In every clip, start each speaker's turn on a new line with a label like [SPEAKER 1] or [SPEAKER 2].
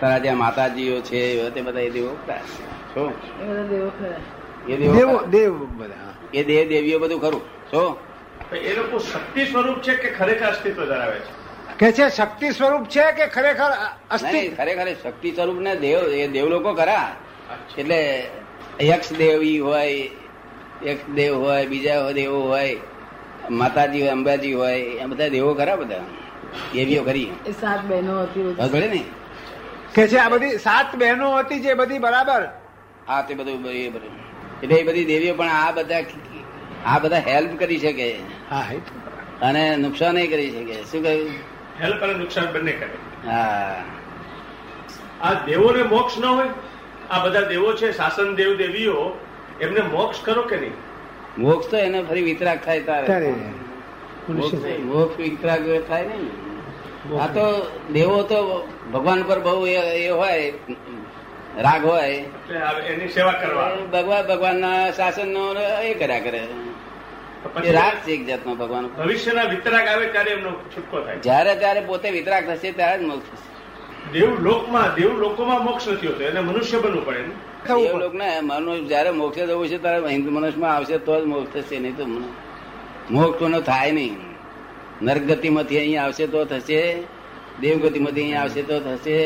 [SPEAKER 1] તારા જ્યાં માતાજીઓ છે તે બધા એ દેવો ખરા. શું
[SPEAKER 2] એ બધા દેવો ખરા
[SPEAKER 1] એ દેવો
[SPEAKER 3] દેવો
[SPEAKER 1] ખરા.
[SPEAKER 3] દેવ બધા
[SPEAKER 1] એ દેહ દેવીઓ બધું ખરું શું
[SPEAKER 4] તો એ લોકો શક્તિ સ્વરૂપ છે કે ખરેખર અસ્તિત્વ ધરાવે છે
[SPEAKER 3] કે છે શક્તિ સ્વરૂપ છે કે ખરેખર
[SPEAKER 1] નહીં,
[SPEAKER 3] અસ્તિત્વ
[SPEAKER 1] ખરેખર એ શક્તિ સ્વરૂપ ને દેવ એ દેવલોકો ખરા એટલે યક્ષ દેવી હોય યક્ષ દેવ હોય બીજા દેવો હોય માતાજી હોય અંબાજી હોય આ બધા દેવો ખરા બધા દેવીઓ ખરી
[SPEAKER 2] એ સાત બહેનો હતી
[SPEAKER 1] ખબર પડી ને
[SPEAKER 3] કે છે આ બધી સાત બહેનો હતી જે બધી બરાબર
[SPEAKER 1] હા તે બધું એ બધું એટલે એ બધી દેવીઓ પણ આ બધા આ બધા હેલ્પ કરી શકે
[SPEAKER 3] હા એ તો.
[SPEAKER 1] અને નુકસાન કરી શકે શું કહ્યું
[SPEAKER 4] હેલ્પ અને નુકસાન બંને કરે
[SPEAKER 1] હા
[SPEAKER 4] આ દેવોને મોક્ષ ન હોય આ બધા દેવો છે શાસન દેવ દેવીઓ એમને મોક્ષ કરો કે નહીં
[SPEAKER 1] મોક્ષ તો એને ફરી વિતરાગ થાય
[SPEAKER 3] ત્યારે
[SPEAKER 1] તારે મોક્ષ મોક્ષ વિતરાગ થાય નહીં આ તો દેવો તો ભગવાન પર બહુ એ એ હોય રાગ હોય
[SPEAKER 4] એટલે આ એની સેવા કરવા
[SPEAKER 1] ભગવાન ભગવાનના શાસનનો એ કર્યા કરે
[SPEAKER 4] તો
[SPEAKER 1] એ
[SPEAKER 4] પછી
[SPEAKER 1] રાગ છે એક જાતનો ભગવાન ઉપર.
[SPEAKER 4] ભવિષ્યના વિતરાગ આવે ત્યારે એમનો છૂટકો થાય
[SPEAKER 1] જ્યારે ત્યારે પોતે વિતરાગ થશે ત્યારે જ મોક્ષ થશે
[SPEAKER 4] દેવ લોકમાં દેવ લોકોમાં મોક્ષ નથી હોતો એને મનુષ્ય બનવું પડે ને
[SPEAKER 3] થવું
[SPEAKER 1] એ લોકોને મનુષ્ય જ્યારે મોક્ષે જવું છે ત્યારે હિન્દુ મનુષ્યમાં આવશે તો જ મોક્ષ થશે નહીં તો મનુ- મોક્ષ કોનો થાય નહીં નરગતિમાંથી અહીં આવશે તો થશે દેવગતિમાંથી અહીં આવશે તો થશે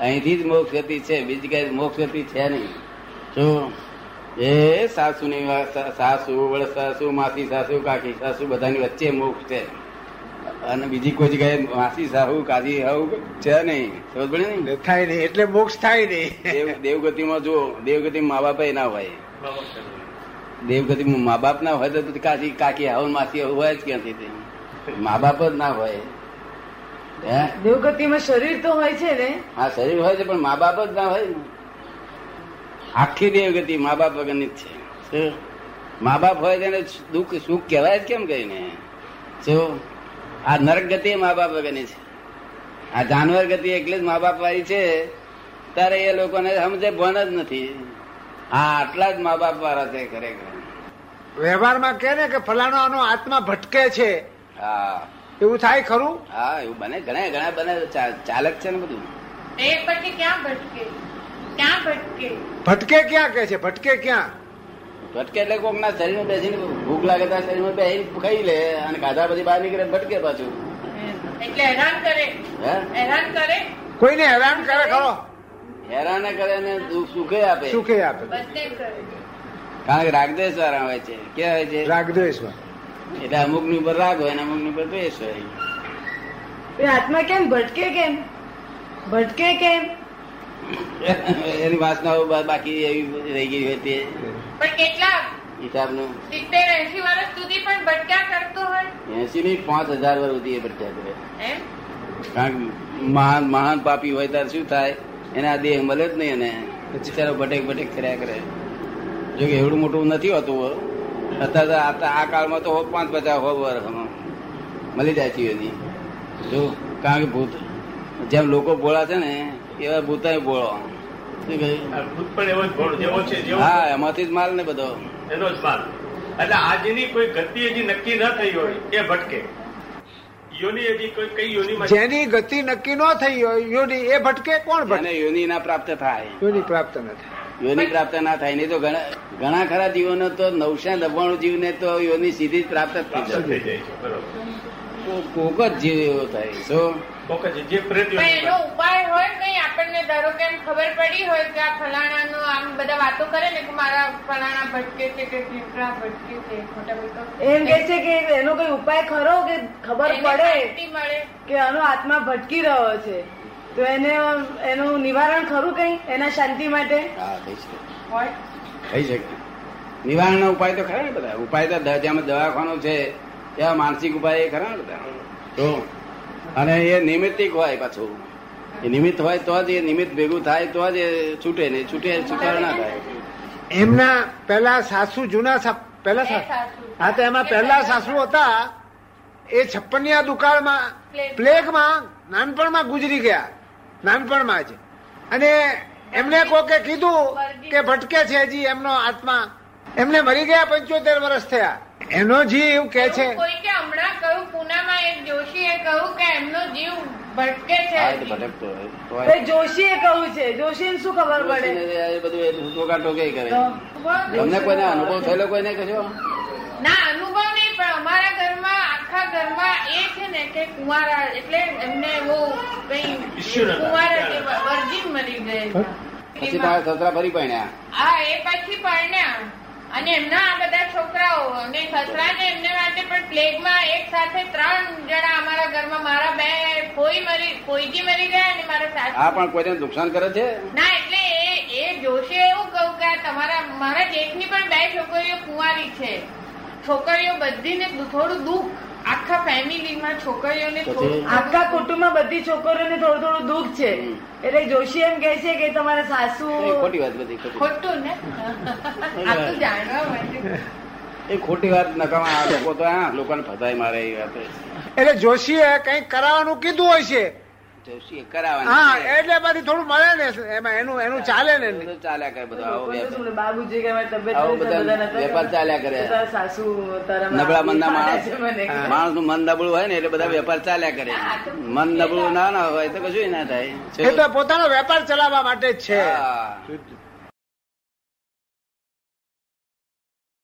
[SPEAKER 1] અહીંથી જ મોક્ષ ગતિ છે બીજી કઈ મોક્ષ ગતિ છે નહીં શું એ સાસુની વા- સા- સાસુ વડ સાસુ માસી સાસુ કાકી સાસુ બધાની વચ્ચે મોક્ષ છે અને બીજી કોઈ જગ્યાએ માસી સાહુ કાકી સાહુ છે નહીં સમજ પડી ને
[SPEAKER 3] થાય નહીં એટલે મોક્ષ થાય નહીં
[SPEAKER 1] દેવ દેવગતિમાં જો દેવગતિમાં મા બાપ ના હોય દેવગતિમાં મા બાપ ના હોય તો પછી કાકી કાકી આવું માસી આવું હોય જ ક્યાંથી તે મા બાપ જ ના હોય હે
[SPEAKER 2] દેવગતિમાં શરીર તો હોય છે ને
[SPEAKER 1] આ શરીર હોય છે પણ મા બાપ જ ના હોય ને આખી દેવગતિ મા બાપ વગરની જ છે મા બાપ હોય તેને દુઃખ સુખ કહેવાય જ કેમ કહીને જો આ નરક ગતિ મા બાપ વગરની છે આ જાનવર ગતિ એટલે જ મા બાપ વાળી છે ત્યારે એ લોકોને સમજે ભણ જ નથી હા આટલા જ મા બાપ વાળા છે ખરેખર
[SPEAKER 3] વ્યવહારમાં કે ને કે ફલાણાનો આત્મા ભટકે છે
[SPEAKER 1] હા
[SPEAKER 3] એવું થાય ખરું
[SPEAKER 1] હા એવું બને ઘણા ઘણા બને ચા- ચાલક છે ને બધું
[SPEAKER 5] એ પછી ક્યાં ભટકે ક્યાં ભટકે
[SPEAKER 3] ભટકે ક્યાં કે છે ભટકે ક્યાં
[SPEAKER 1] ભટકે એટલે કોક ના શરીરમાં બેસીને ભૂખ લાગે તો શરીરમાં બેસી ખાઈ લે અને ખાધા પછી બહાર નીકળે ભટકે પાછું
[SPEAKER 5] એટલે હેરાન કરે
[SPEAKER 1] હે
[SPEAKER 5] હેરાન કરે
[SPEAKER 3] કોઈને હેરાન કરે ખરો
[SPEAKER 1] હેરાને કરે ને દુઃખ સુખે આપે
[SPEAKER 3] સુખે આપે
[SPEAKER 5] બધને કરે
[SPEAKER 1] કારણ કે રાગદેશ વાળા હોય છે કે હોય છે
[SPEAKER 3] રાગદ્વેષમાં
[SPEAKER 1] એટલે અમુક ની ઉપર રાગ હોય અને અમુક ની ઉપર દ્વેષ હોય
[SPEAKER 2] એ આત્મા કેમ ભટકે કેમ ભટકે કેમ
[SPEAKER 1] એની વાસનાઓ બા- બાકી એવી રહી ગઈ હોય તે
[SPEAKER 5] પણ કેટલા
[SPEAKER 1] હિસાબનું
[SPEAKER 5] સિત્તેર એસી વર્ષ સુધી પણ ભટક્યા કરતો હોય
[SPEAKER 1] એસી ની પાંચ હજાર વર્ષ સુધી એ ભટક્યા કરે
[SPEAKER 5] એમ
[SPEAKER 1] કારણ કે મહાન મહાન પાપી હોય ત્યારે શું થાય એને આ દેહ મળે જ નહીં અને બિચારો ભટેક ભટેક કર્યા કરે જો કે એવડું મોટું નથી હોતું અત્યારે તો આ- આ કાળમાં તો હો પાંચ પચાસ હો વર્ષમાં મળી જાય છે એની જો કારણ કે ભૂત જેમ લોકો ભોળા છે ને એવા ભૂતાય ભોળો શું કહ્યું?
[SPEAKER 4] આ ભૂત પણ એવો જ ભોળો જેવો છે જેવો
[SPEAKER 1] હા એમાંથી જ માલ ને બધો
[SPEAKER 4] એનો જ માલ એટલે આજની કોઈ ગતિ હજી નક્કી ન થઈ હોય એ ભટકે યોની હજી કોઈ કઈ યોનીમાં છે?
[SPEAKER 3] જેની ગતિ નક્કી ન થઈ હોય યોની એ ભટકે કોણ ભટકે
[SPEAKER 1] અને યોની ના પ્રાપ્ત થાય
[SPEAKER 3] યોની પ્રાપ્ત ન થાય
[SPEAKER 1] યોની પ્રાપ્ત ના થાય નહીં તો ઘણા ઘણા ખરા જીવોને તો નવસો નવ્વાણું જીવને તો યોની સીધી જ પ્રાપ્ત જ થઈ
[SPEAKER 4] પ્રાપ્ત
[SPEAKER 1] જાય
[SPEAKER 4] થઈ જાય છે બરોબર
[SPEAKER 1] કો- કોક જ જીવ એવો થાય શું
[SPEAKER 4] કોક જ જે પ્રેત
[SPEAKER 5] પણ
[SPEAKER 4] યોની
[SPEAKER 5] એનો ઉપાય હોય કઈ આપણને ધારો કે એમ ખબર પડી હોય કે આ ફલાણાનો આમ બધા વાતો કરે ને કે મારા ફલાણા ભટકે છે કે ઢીંગરા ભટકે છે મોટા મોટા
[SPEAKER 2] એમ કે છે કે એનો કોઈ ઉપાય ખરો કે ખબર
[SPEAKER 5] એને
[SPEAKER 2] પડે
[SPEAKER 5] શાંતિ મળે
[SPEAKER 2] કે આનો આત્મા ભટકી રહ્યો છે તો એને એનું નિવારણ ખરું કઈ એના શાંતિ માટે
[SPEAKER 1] હા થઈ શકે
[SPEAKER 5] હોય
[SPEAKER 1] થઈ શકે નિવારણના ઉપાય તો ખરા ને બધા ઉપાય તો દ- જેમાં દવાખાનો છે ત્યાં માનસિક ઉપાય એ ખરા ને બધા તો અને એ નિમિત્તિક હોય પાછું એ નિમિત્ત હોય તો જ એ નિમિત્ત ભેગું થાય તો જ એ છૂટે નહીં છૂટે છૂટાડ ના થાય
[SPEAKER 3] એમના પહેલા સાસુ જૂના સા- પહેલા
[SPEAKER 5] એ
[SPEAKER 3] સા-
[SPEAKER 5] સાસુ.
[SPEAKER 3] હા તો એમાં
[SPEAKER 5] એ
[SPEAKER 3] પહેલા
[SPEAKER 5] પહેલા
[SPEAKER 3] સાસુ હતા એ છપ્પનિયા દુકાળમાં
[SPEAKER 5] પ્લેગ.
[SPEAKER 3] પ્લેગમાં નાનપણમાં ગુજરી ગયા નાનપણમાં જ અને એમને કોકે કીધું કે ભટકે છે હજી એમનો આત્મા એમને મરી ગયા પંચોતેર વર્ષ થયા એનો જીવ કે છે
[SPEAKER 5] એવું કોઈકે હમણાં કહ્યું પૂનામાં એક જોશીએ કહ્યું કે એમનો જીવ ભટકે છે
[SPEAKER 1] આ રીતે ભટકતો હોય. તો આ-
[SPEAKER 2] ભાઈ જોશીએ કહ્યું છે જોશીને શું ખબર પડે
[SPEAKER 1] જોશીને આ બધું એ ટોકાટોકી કરે
[SPEAKER 2] તો
[SPEAKER 5] બસ.
[SPEAKER 1] તમને કોઈને અનુભવ થયેલો કોઈને કશો
[SPEAKER 5] ના અનુભવ નહીં પણ અમારા ઘરમાં આખા ઘરમાં એ છે ને કે કુંવારા એટલે એમને બહુ કઈ
[SPEAKER 4] ઈશ્વર હતા.
[SPEAKER 5] કુંવારા જેવા વર્જિન મળી ગયા
[SPEAKER 1] પછી
[SPEAKER 5] હતા.
[SPEAKER 1] તારા સસરા ફરી પડ્યા
[SPEAKER 5] હા એ પછી પરણ્યા અને એમના આ બધા છોકરાઓ અને સસરાને એમને માટે પણ પ્લેગમાં એક સાથે ત્રણ જણા અમારા ઘરમાં મારા બે કોઈ મરી કોઈજી મરી ગયા અને મારા સાસુ
[SPEAKER 1] આ પણ કોઈને નુકસાન કરે છે
[SPEAKER 5] ના એટલે એ એ જોશે એવું કહું કે આ તમારા મારા જેઠની પણ બે છોકરીઓ કુંવારી છે છોકરીઓ બધીને થોડું દુઃખ આખા ફેમિલીમાં છોકરીઓને
[SPEAKER 1] પછી?
[SPEAKER 5] થોડું
[SPEAKER 2] આખા કુટુંબમાં બધી છોકરીઓને થોડું થોડું દુઃખ છે
[SPEAKER 1] હમ.
[SPEAKER 2] એટલે જોશી એમ કહે છે કે તમારા સાસુ
[SPEAKER 1] એ ખોટી વાત બધી ખોટી
[SPEAKER 5] ખોટું ને આ તો જાણવા માટે
[SPEAKER 1] એ ખોટી વાત નકામા આ લોકો તો હા લોકોને ફસાય મારે એ વાત
[SPEAKER 3] એટલે જોશીએ કંઈક કરાવવાનું કીધું હોય છે
[SPEAKER 1] જોશી
[SPEAKER 3] હા
[SPEAKER 1] કરાવવાની
[SPEAKER 3] એટલે પછી થોડું મળે ને એમાં એનું એનું ચાલે ને
[SPEAKER 1] બધું ચાલ્યા કરે બધું આવો
[SPEAKER 2] લોકોને
[SPEAKER 1] વેપાર.
[SPEAKER 2] શું બોલે, બાબુજી કે મારી તબિયત
[SPEAKER 1] આવો
[SPEAKER 2] નથી,
[SPEAKER 1] બધા
[SPEAKER 2] બધા નતા
[SPEAKER 1] વેપાર
[SPEAKER 2] કરતા.
[SPEAKER 1] ચાલ્યા કરે.
[SPEAKER 2] તો તારા સાસુ તારા
[SPEAKER 1] નબળા
[SPEAKER 2] મામી
[SPEAKER 1] મંદા
[SPEAKER 2] પાડે
[SPEAKER 1] માણસ
[SPEAKER 2] છે મને.
[SPEAKER 3] હા.
[SPEAKER 1] માણસ નું મન નબળું હોય ને એટલે બધા વેપાર ચાલ્યા કરે મન નબળું ના ના હોય તો કશું ના થાય
[SPEAKER 3] એ તો પોતાનો વેપાર ચલાવવા માટે જ છે
[SPEAKER 1] હા.